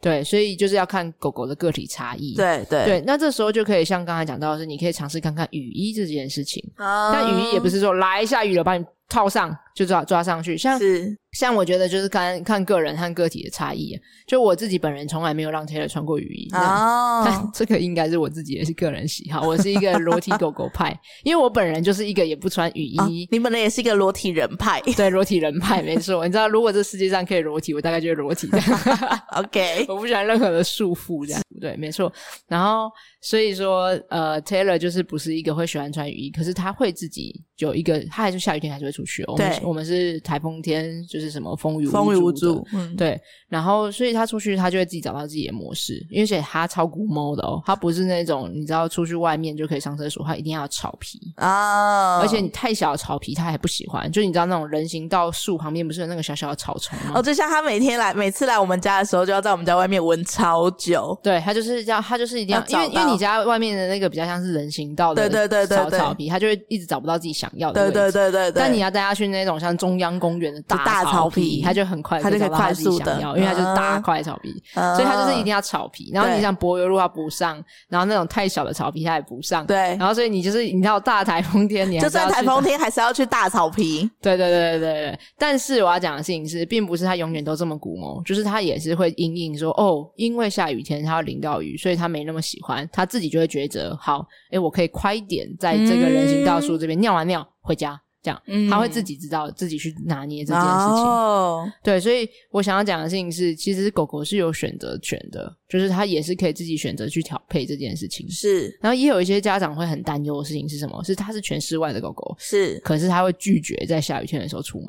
Speaker 1: 对，所以就是要看狗狗的个体差异。
Speaker 2: 对对
Speaker 1: 对，那这时候就可以像刚才讲到的是，你可以尝试看看雨衣这件事情。
Speaker 2: 哦，
Speaker 1: 但雨衣也不是说来下雨了把你套上就抓抓上去。像
Speaker 2: 是
Speaker 1: 像我觉得就是看看个人和个体的差异啊、就我自己本人从来没有让 Taylor 穿过雨衣。 [LAUGHS] 那但 [LAUGHS]
Speaker 2: 哦，
Speaker 1: 这个应该是我自己的个人喜好，我是一个裸体狗狗派，因为我本人就是一个也不穿雨
Speaker 2: 哦
Speaker 1: 衣，
Speaker 2: 你本来也是一个裸体人派
Speaker 1: 对裸体人派，没错。你知道，如果这世界上可以裸体，我大概就会裸体这样。 [LAUGHS]
Speaker 2: ，OK，
Speaker 1: 我不喜欢任何的束缚，这样对，没错。然后所以说，呃，Taylor 就是不是一个会喜欢穿雨衣，可是他会自己有一个，他还是下雨天还是会出去哦。我们
Speaker 2: 对
Speaker 1: 是我们是台风天，就是什么风雨
Speaker 2: 风雨无
Speaker 1: 阻的
Speaker 2: 阻，嗯，
Speaker 1: 对，然后所以他出去，他就会自己找到自己的模式，因为而且他超古猫的哦，他不是那种你知道出去外面就可以上厕所，他一定要有草皮，
Speaker 2: 啊，
Speaker 1: 而且你太小的草皮他还不喜欢，就你知道那种人行道树旁边不是有那个小小的草丛吗？
Speaker 2: 哦，就像他每天来，每次来我们家的时候，就要在我们家外面闻超久。
Speaker 1: 对，他就是要，他就是一定要，
Speaker 2: 要
Speaker 1: 因为因
Speaker 2: 找到
Speaker 1: 为你家外面的那个比较像是人行道的
Speaker 2: 对对对对
Speaker 1: 草
Speaker 2: 对
Speaker 1: 草皮，他就会一直找不到自己想要的
Speaker 2: 对
Speaker 1: 位置
Speaker 2: 对对对对，
Speaker 1: 但你要带他去那种像中央公园的
Speaker 2: 就
Speaker 1: 大
Speaker 2: 大
Speaker 1: 草
Speaker 2: 草皮
Speaker 1: 他就很快
Speaker 2: 他就可以
Speaker 1: 找到他
Speaker 2: 快
Speaker 1: 自己
Speaker 2: 速
Speaker 1: 想
Speaker 2: 地
Speaker 1: 要，因为他就是大
Speaker 2: 啊
Speaker 1: 块草皮，
Speaker 2: 啊，
Speaker 1: 所以他就是一定要草皮。然后你
Speaker 2: 对
Speaker 1: 像柏油路他不上，然后那种太小的草皮他也不上，。
Speaker 2: 对
Speaker 1: 然，后所以你就是你知道大台风天，你还
Speaker 2: 就是
Speaker 1: 要
Speaker 2: 算台
Speaker 1: 去
Speaker 2: 风天还是要去大草皮。
Speaker 1: 对对对对对对，但是我要讲的事情是，并不是他永远都这么古谋，就是他也是会因应说，哦，因为下雨天他要淋到雨，所以他没那么喜欢，他自己就会抉择，好，诶，我可以快一点在这个人行道树这边尿完尿回家，这样，
Speaker 2: 嗯
Speaker 1: 他会自己知道自己去拿捏这件事情。
Speaker 2: 哦，
Speaker 1: 对，所以我想要讲的事情是，其实狗狗是有选择权的，就是它也是可以自己选择去调配这件事情。
Speaker 2: 是
Speaker 1: 然后也有一些家长会很担忧的事情是什么？是它是全室外的狗狗，
Speaker 2: 是
Speaker 1: 可是它会拒绝在下雨天的时候出门。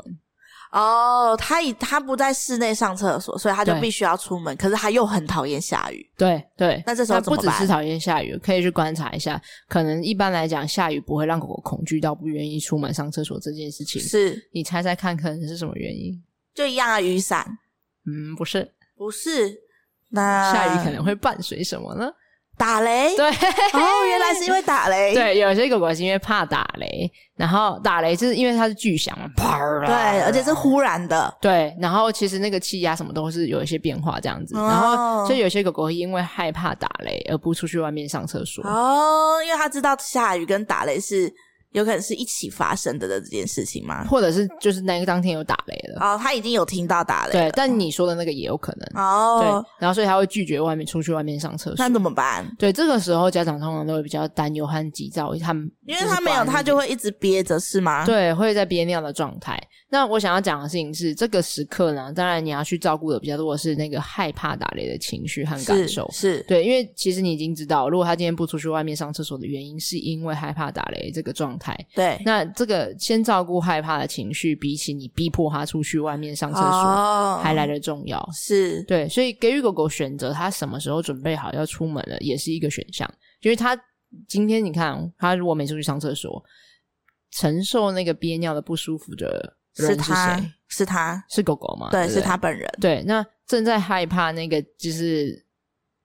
Speaker 2: 哦，他以他不在室内上厕所，所以他就
Speaker 1: 对
Speaker 2: 必须要出门。可是他又很讨厌下雨，
Speaker 1: 对对，
Speaker 2: 那这时候怎
Speaker 1: 不
Speaker 2: 么
Speaker 1: 只
Speaker 2: 办
Speaker 1: 是讨厌下雨，可以去观察一下。可能一般来讲，下雨不会让狗狗恐惧到不愿意出门上厕所这件事情。
Speaker 2: 是
Speaker 1: 你猜猜看，可能是什么原因？
Speaker 2: 就一样啊，雨伞
Speaker 1: 嗯，不是，
Speaker 2: 不是。那
Speaker 1: 下雨可能会伴随什么呢？ [LAUGHS]
Speaker 2: 打雷，
Speaker 1: 对，
Speaker 2: 哦，原来是因为打雷，
Speaker 1: 对，有些狗狗是因为怕打雷，然后打雷就是因为它是巨响嘛，啪啦
Speaker 2: 对，而且是忽然的，
Speaker 1: 对，然后其实那个气压什么都是有一些变化这样子，然后
Speaker 2: 哦
Speaker 1: 所以有些狗狗会因为害怕打雷而不出去外面上厕所。
Speaker 2: 哦，因为他知道下雨跟打雷是有可能是一起发生的的这件事情吗？
Speaker 1: 或者是就是那个当天有打雷了，
Speaker 2: 哦，他已经有听到打雷
Speaker 1: 对
Speaker 2: 了，，
Speaker 1: 但你说的那个也有可能，
Speaker 2: 哦嗯
Speaker 1: 对，，然后所以它会拒绝外面出去外面上厕所
Speaker 2: 那。怎么办？
Speaker 1: 对，这个时候家长通常都会比较担忧和急躁，他们
Speaker 2: 因为
Speaker 1: 就是
Speaker 2: 他没有，
Speaker 1: 管
Speaker 2: 他就会一直憋着，是吗？，
Speaker 1: 对，会在憋尿的状态。那我想要讲的事情是，这个时刻呢，当然你要去照顾的比较多的是那个害怕打雷的情绪和感
Speaker 2: 是
Speaker 1: 受。
Speaker 2: 是，
Speaker 1: 对，因为其实你已经知道，如果他今天不出去外面上厕所的原因，是因为害怕打雷这个状态。
Speaker 2: 对，
Speaker 1: 那这个先照顾害怕的情绪，比起你逼迫他出去外面上厕所，
Speaker 2: 哦
Speaker 1: 还来得重要。
Speaker 2: 是
Speaker 1: 对，所以给予狗狗选择，它什么时候准备好要出门了，也是一个选项。因为它今天你看，它如果没出去上厕所，承受那个憋尿的不舒服的人
Speaker 2: 是他
Speaker 1: 谁？
Speaker 2: 是他，
Speaker 1: 是狗狗吗？对
Speaker 2: 对，
Speaker 1: 不对，
Speaker 2: 是他本人，
Speaker 1: 对，那正在害怕那个就是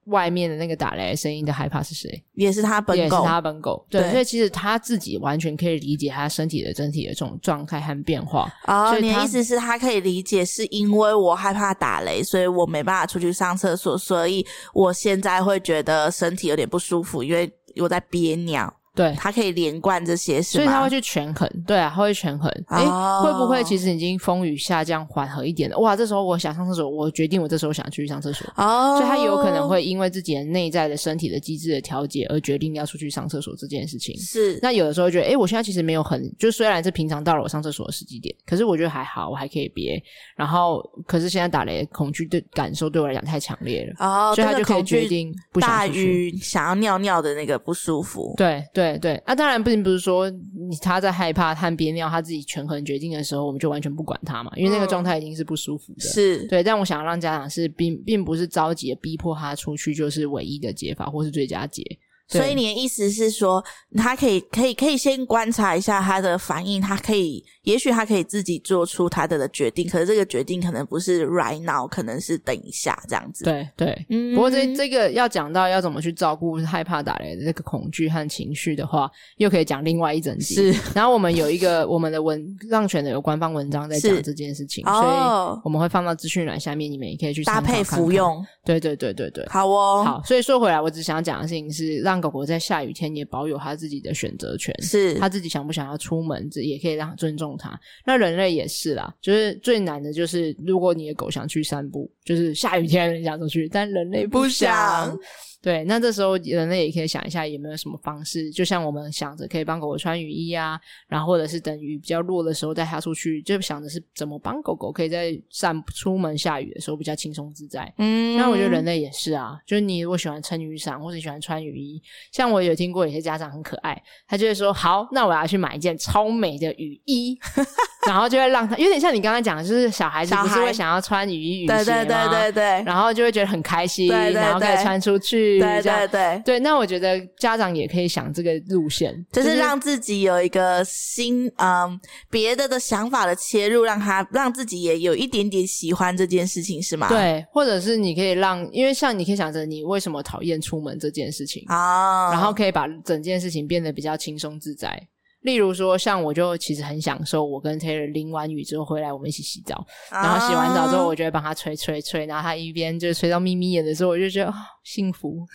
Speaker 1: 外面的那个打雷的声音的害怕是谁？
Speaker 2: 也是他本
Speaker 1: 也是
Speaker 2: 狗，
Speaker 1: 他本狗。对，
Speaker 2: 对
Speaker 1: 所以其实他自己完全可以理解他身体的整体的这种状态和变化。
Speaker 2: 哦
Speaker 1: 所，以
Speaker 2: 你的
Speaker 1: 他
Speaker 2: 意思是，他可以理解是因为我害怕打雷，所以我没办法出去上厕所，所以我现在会觉得身体有点不舒服，因为我在憋尿。
Speaker 1: 对，
Speaker 2: 他可以连贯这些，是
Speaker 1: 所以他
Speaker 2: 吗
Speaker 1: 会？去权衡，对啊，他会权衡，诶，
Speaker 2: 哦
Speaker 1: 会不会其实已经风雨下降缓和一点了？哇，这时候我想上厕所，我决定我这时候想去上厕所，
Speaker 2: 哦，
Speaker 1: 所以他有可能会因为自己的内在的身体的机制的调节而决定要出去上厕所这件事情。
Speaker 2: 是
Speaker 1: 那有的时候觉得，诶，我现在其实没有很，就虽然是平常到了我上厕所的时机点，可是我觉得还好，我还可以憋。然后，可是现在打雷的恐惧对感受对我来讲太强烈了，
Speaker 2: 哦，
Speaker 1: 所以他
Speaker 2: 这
Speaker 1: 就
Speaker 2: 个
Speaker 1: 可以
Speaker 2: 恐
Speaker 1: 决
Speaker 2: 惧
Speaker 1: 定不想
Speaker 2: 大
Speaker 1: 出去。
Speaker 2: 于想要尿尿的那个不舒服。
Speaker 1: 对对对，那、当然并不是说你他在害怕和憋尿，他自己权衡决定的时候，我们就完全不管他嘛，因为那个
Speaker 2: 嗯
Speaker 1: 状态已经是不舒服的。
Speaker 2: 是
Speaker 1: 对，但我想让家长是并并不是着急的逼迫他出去，就是唯一的解法或是最佳解。对
Speaker 2: 所以你的意思是说，他可以可以可以先观察一下他的反应，他可以，也许他可以自己做出他的决定，可是这个决定可能不是 right now，可能是等一下这样子。，
Speaker 1: 对对，
Speaker 2: 嗯
Speaker 1: 不过这这个要讲到要怎么去照顾害怕打雷的这个恐惧和情绪的话，又可以讲另外一整集。
Speaker 2: 是
Speaker 1: 然后我们有一个我们的文让选的有官方文章在讲
Speaker 2: 是
Speaker 1: 这件事情，所以
Speaker 2: 哦
Speaker 1: 我们会放到资讯栏下面，你们也可以去
Speaker 2: 搭
Speaker 1: 参考
Speaker 2: 配
Speaker 1: 看
Speaker 2: 服
Speaker 1: 看。
Speaker 2: 用，
Speaker 1: 对对对对对。
Speaker 2: 好哦，
Speaker 1: 好，所以说回来，我只想讲的事情是让让狗狗在下雨天也保有它自己的选择权，
Speaker 2: 是
Speaker 1: 它自己想不想要出门，这也可以让它尊重它。那人类也是啦，就是最难的就是，如果你的狗想去散步，就是下雨天很想出去，但人类
Speaker 2: 不
Speaker 1: 想。
Speaker 2: 想
Speaker 1: 对，那这时候人类也可以想一下，有没有什么方式，就像我们想着可以帮狗狗穿雨衣啊，然后或者是等雨比较弱的时候带它出去，就想着是怎么帮狗狗可以在散出门下雨的时候比较轻松自在。
Speaker 2: 嗯
Speaker 1: 那我觉得人类也是啊，就是你如果喜欢撑雨伞或者喜欢穿雨衣，像我有听过有些家长很可爱，他就会说好，那我要去买一件超美的雨
Speaker 2: [LAUGHS]
Speaker 1: 衣，然后就会让他有点像你刚刚讲，的，就是小孩子
Speaker 2: 小
Speaker 1: 不是
Speaker 2: 孩
Speaker 1: 会想要穿雨衣雨鞋
Speaker 2: 对对对
Speaker 1: 吗
Speaker 2: 对对
Speaker 1: 然后就会觉得很开心，
Speaker 2: 对对
Speaker 1: 然后可以
Speaker 2: 对
Speaker 1: 穿出去，
Speaker 2: 对
Speaker 1: 这样
Speaker 2: 对对，
Speaker 1: 对，那我觉得家长也可以想这个路线，
Speaker 2: 就是让自己有一个新嗯别的的想法的切入，让他让自己也有一点点喜欢这件事情，是吗？
Speaker 1: 对，或者是你可以让，因为像你可以想着你为什么讨厌出门这件事情，
Speaker 2: 啊，
Speaker 1: 然后可以把整件事情变得比较轻松自在。例如说，像我就其实很享受，我跟 Taylor 淋完雨之后回来，我们一起洗澡，
Speaker 2: 啊
Speaker 1: 然后洗完澡之后，我就会帮他吹吹吹，然后他一边就吹到眯眯眼的时候，我就觉得、哦、幸
Speaker 2: [LAUGHS]
Speaker 1: 福。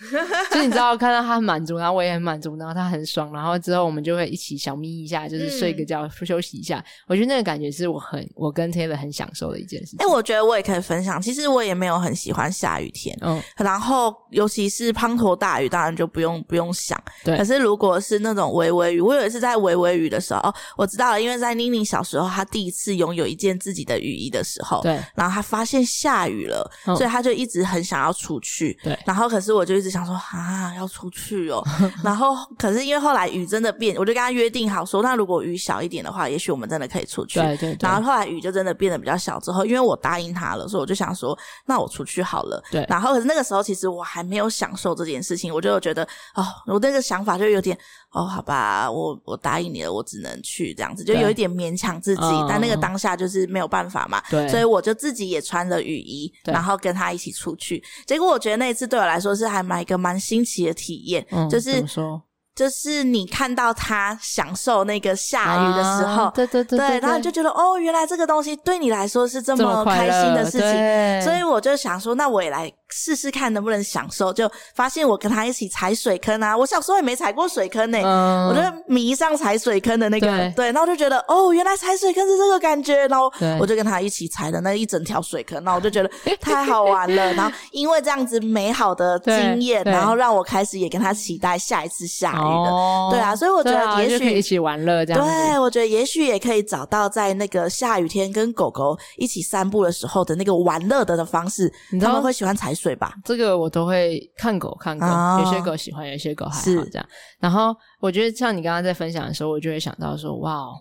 Speaker 1: 就你知道，看到他很满足，然后我也很满足，然后他很爽，然后之后我们就会一起小眯一下，就是睡个
Speaker 2: 嗯
Speaker 1: 觉、休息一下。我觉得那个感觉是我很我跟 Taylor 很享受的一件事
Speaker 2: [LAUGHS] 哎、
Speaker 1: 情。
Speaker 2: 我觉得我也可以分享。其实我也没有很喜欢下雨天，
Speaker 1: 嗯，
Speaker 2: 然后尤其是滂沱大雨，当然就不用不用想。
Speaker 1: 对
Speaker 2: 可是如果是那种微微雨，我有一次在微微雨的时候，哦，我知道了，因为在妮妮小时候，她第一次拥有一件自己的雨衣的时候，
Speaker 1: 对，
Speaker 2: 然后他发现下雨了，
Speaker 1: 嗯
Speaker 2: 所以他就一直很想要出去。
Speaker 1: 对
Speaker 2: 然后可是我就一直想说啊，要出
Speaker 1: [LAUGHS]
Speaker 2: 去哦。然后可是因为后来雨真的变，我就跟他约定好说，那如果雨小一点的话，也许我们真的可以出去。
Speaker 1: 对对对
Speaker 2: 然后后来雨就真的变得比较小之后，因为我答应他了，所以我就想说，那我出去好了。
Speaker 1: 对
Speaker 2: 然后可是那个时候其实我还没有享受这件事情，我就觉得哦，我那个想法就有点哦，好吧，我我答应你了，我只能去这样子，就
Speaker 1: 对
Speaker 2: 有一点勉强自己
Speaker 1: 嗯。
Speaker 2: 但那个
Speaker 1: 嗯嗯
Speaker 2: 当下就是没有办法嘛，
Speaker 1: 对，
Speaker 2: 所以我就自己也穿了雨衣，
Speaker 1: 对
Speaker 2: 然后跟他一起出去。结果我觉得那一次对我来说是还蛮一个蛮新奇的体验，
Speaker 1: 嗯
Speaker 2: 就是
Speaker 1: 怎么说
Speaker 2: 就是你看到他享受那个下雨的时候， [LAUGHS]
Speaker 1: 啊对对对
Speaker 2: 对，然后你就觉得哦，原来这个东西对你来说是这
Speaker 1: 这么
Speaker 2: 么
Speaker 1: 快
Speaker 2: 开
Speaker 1: 乐
Speaker 2: 心的事情。
Speaker 1: 对
Speaker 2: 所以我就想说，那我也来试试看能不能享受。就发现我跟他一起踩水坑啊，我小时候也没踩过水坑呢、
Speaker 1: 嗯
Speaker 2: 我就迷上踩水坑的那个，
Speaker 1: 对
Speaker 2: 对，然后我就觉得哦，原来踩水坑是这个感觉，然后
Speaker 1: 对
Speaker 2: 我就跟他一起踩的那一整条水坑，然后我就觉得嗯太好玩了，然后因为这样子美好的经验，
Speaker 1: 对对
Speaker 2: 然后让我开始也跟他期待下一次下雨了，
Speaker 1: 哦
Speaker 2: 对啊，所以我觉
Speaker 1: 对啊
Speaker 2: 得也
Speaker 1: 就可以一
Speaker 2: 许。
Speaker 1: 起玩乐这样子。
Speaker 2: 对，我啊觉得也许也可以找到在那个下雨天跟狗狗一起散步的时候的那个玩乐的的方式
Speaker 1: 你。知
Speaker 2: 他
Speaker 1: 道
Speaker 2: 们会喜欢踩水吧？
Speaker 1: 这个我都会看狗看狗，
Speaker 2: 哦
Speaker 1: 有些狗喜欢，有些狗还好
Speaker 2: 是
Speaker 1: 这样。然后我觉得像你刚刚在分享的时候，我就会想到说，哇哦，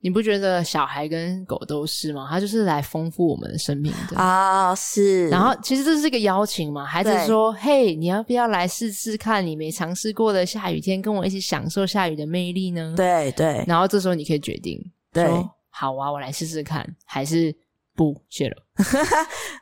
Speaker 1: 你不觉得小孩跟狗都是吗？它就是来丰富我们的生命的。
Speaker 2: 啊、是。
Speaker 1: 然后其实这是一个邀请嘛，孩子
Speaker 2: 对
Speaker 1: 说：“嘿，你要不要来试试看你没尝试过的下雨天，跟我一起享受下雨的魅力呢？”。
Speaker 2: 对对
Speaker 1: 然后这时候你可以决定，
Speaker 2: 对
Speaker 1: 说好啊，我来试试看，还是不
Speaker 2: [LAUGHS]
Speaker 1: 谢了，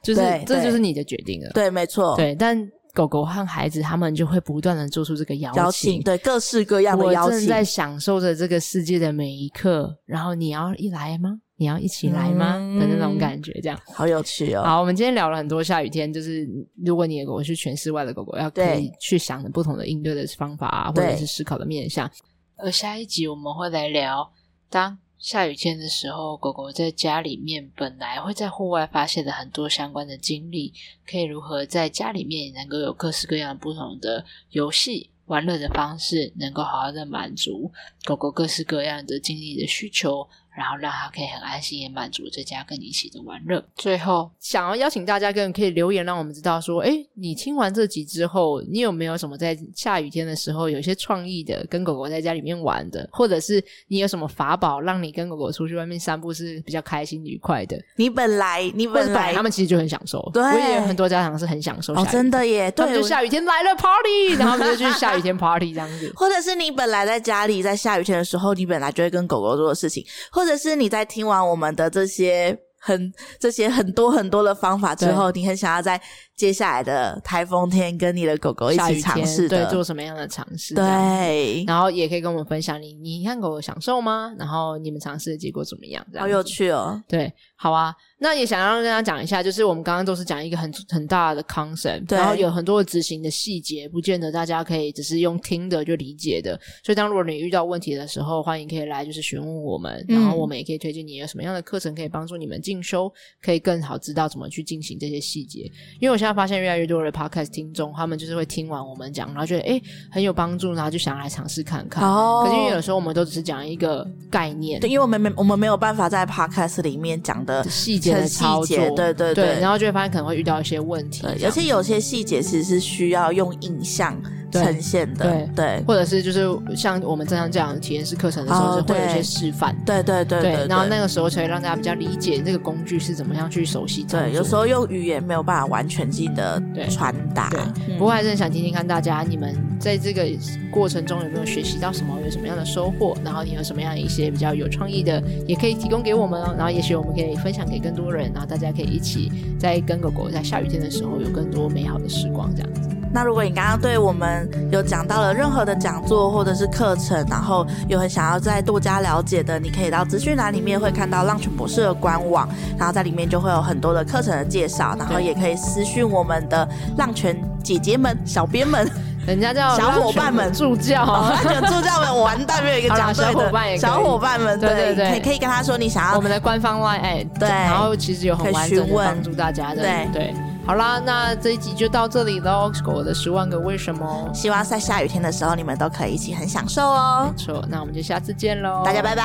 Speaker 1: 就是
Speaker 2: 对
Speaker 1: 这
Speaker 2: 对
Speaker 1: 就是你的决定了。
Speaker 2: 对，没错。
Speaker 1: 对，但狗狗和孩子他们就会不断的做出这个邀
Speaker 2: 邀
Speaker 1: 请。
Speaker 2: 请，对各式各样的
Speaker 1: 我
Speaker 2: 邀
Speaker 1: 正
Speaker 2: 请
Speaker 1: 在。享受着这个世界的每一刻，然后你要一来吗？你要一起来吗？的那种
Speaker 2: 嗯
Speaker 1: 感觉，这样。
Speaker 2: 好有趣哦！
Speaker 1: 好，我们今天聊了很多下雨天，就是如果你的狗是全室外的狗狗，要可以
Speaker 2: 对
Speaker 1: 去想不同的应对的方法啊，或者
Speaker 2: 对
Speaker 1: 是思考的面向。而下一集我们会来聊，当下雨天的时候，狗狗在家里面本来会在户外发泄的很多相关的经历，可以如何在家里面也能够有各式各样不同的游戏。玩乐的方式能够好好的满足狗狗各式各样的经历的需求，然后让他可以很安心也满足这家跟你一起的玩乐。最后，想要邀请大家跟可以留言，让我们知道说，诶，你听完这集之后，你有没有什么在下雨天的时候有一些创意的跟狗狗在家里面玩的，或者是你有什么法宝让你跟狗狗出去外面散步是比较开心愉快的，
Speaker 2: 你本来你
Speaker 1: 或者
Speaker 2: 本
Speaker 1: 本
Speaker 2: 来
Speaker 1: 来他们其实就很享受，
Speaker 2: 对
Speaker 1: 我也有很多家长是很享受下雨
Speaker 2: 哦，
Speaker 1: 的，
Speaker 2: 真的耶，
Speaker 1: 他们
Speaker 2: 对。
Speaker 1: 就，下雨天来了 party，然后他们就去下雨天 party 这样子
Speaker 2: [LAUGHS] 或者是你本来在家里在下雨天的时候，你本来就会跟狗狗做的事情，或者是你在听完我们的这些。很这些很多很多的方法之后，你很想要在接下来的台风天跟你的狗狗一
Speaker 1: 下雨
Speaker 2: 起尝试
Speaker 1: 天对
Speaker 2: 的，
Speaker 1: 做什么样的尝试？这样子
Speaker 2: 对，
Speaker 1: 然后也可以跟我们分享你你和狗有享受吗？然后你们尝试的结果怎么样？这样
Speaker 2: 好
Speaker 1: 子
Speaker 2: 有趣哦！
Speaker 1: 对，好啊。那也想要跟大家讲一下，就是我们刚刚都是讲一个很很大的 concept，
Speaker 2: 对
Speaker 1: 然后有很多的执行的细节，不见得大家可以只是用听的就理解的。所以，当如果你遇到问题的时候，欢迎可以来就是询问我们，
Speaker 2: 嗯
Speaker 1: 然后我们也可以推荐你有什么样的课程可以帮助你们进修，可以更好知道怎么去进行这些细节。因为我现在发现越来越多的 podcast 听众，他们就是会听完我们讲，然后觉得诶很有帮助，然后就想来尝试看看。
Speaker 2: 哦
Speaker 1: 可是因为有时候我们都只是讲一个概念，
Speaker 2: 对，因为我们没我们没有办法在 podcast 里面讲的
Speaker 1: 细节的
Speaker 2: 很细
Speaker 1: 操作，
Speaker 2: 节对
Speaker 1: 对
Speaker 2: 对对
Speaker 1: 然后就会发现可能会遇到一些问题，
Speaker 2: 对，
Speaker 1: 这
Speaker 2: 而
Speaker 1: 样
Speaker 2: 且有些细节其实是需要用影像
Speaker 1: 对
Speaker 2: 呈现的，对
Speaker 1: 或者是就是像我们正常讲体验式课程的时候，
Speaker 2: 哦
Speaker 1: 是会有一
Speaker 2: 对
Speaker 1: 些示范。
Speaker 2: 对对对对，
Speaker 1: 然后那个时候才会让大家比较理解这个工具是怎么样去熟悉操作。
Speaker 2: 对，有时候嗯用语言没有办法完全性的
Speaker 1: 对
Speaker 2: 传达
Speaker 1: 对，
Speaker 2: 嗯
Speaker 1: 不过还是很想听听看大家，你们在这个过程中有没有学习到什么，有什么样的收获，然后你有什么样一些比较有创意的，也可以提供给我们哦。然后也许我们可以分享给更多人，然后大家可以一起在跟狗狗在下雨天的时候有更多美好的时光，这样子。
Speaker 2: 那如果你刚刚对我们有讲到了任何的讲座或者是课程，然后有很想要再多加了解的，你可以到资讯栏里面会看到浪犬博士的官网，然后在里面就会有很多的课程的介绍，然后
Speaker 1: 对
Speaker 2: 也可以私讯我们的浪犬姐姐们、小编们、
Speaker 1: 人家叫
Speaker 2: 小伙伴们
Speaker 1: 浪犬助教
Speaker 2: 哦 [LAUGHS]
Speaker 1: 啊，
Speaker 2: 浪犬助教们，我完蛋没有一个讲对的
Speaker 1: 好啦小伙伴也可以
Speaker 2: 小伙伴们，
Speaker 1: 对对
Speaker 2: 对
Speaker 1: 对
Speaker 2: 可以可以跟他说你想
Speaker 1: 我
Speaker 2: 要
Speaker 1: 们的官
Speaker 2: [LAUGHS]
Speaker 1: 方 Line，哎，
Speaker 2: 啊对
Speaker 1: 然后其实有
Speaker 2: 可
Speaker 1: 很
Speaker 2: 以
Speaker 1: 完整
Speaker 2: 询
Speaker 1: 的
Speaker 2: 问
Speaker 1: 帮助大家的，
Speaker 2: 对
Speaker 1: 对。好啦，那这一集就到这里喽，《狗的十万个为什么》。
Speaker 2: 希望在下雨天的时候你们都可以一起很享受哦。
Speaker 1: 没错，那我们就下次见喽，
Speaker 2: 大家拜拜
Speaker 1: 拜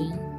Speaker 1: 拜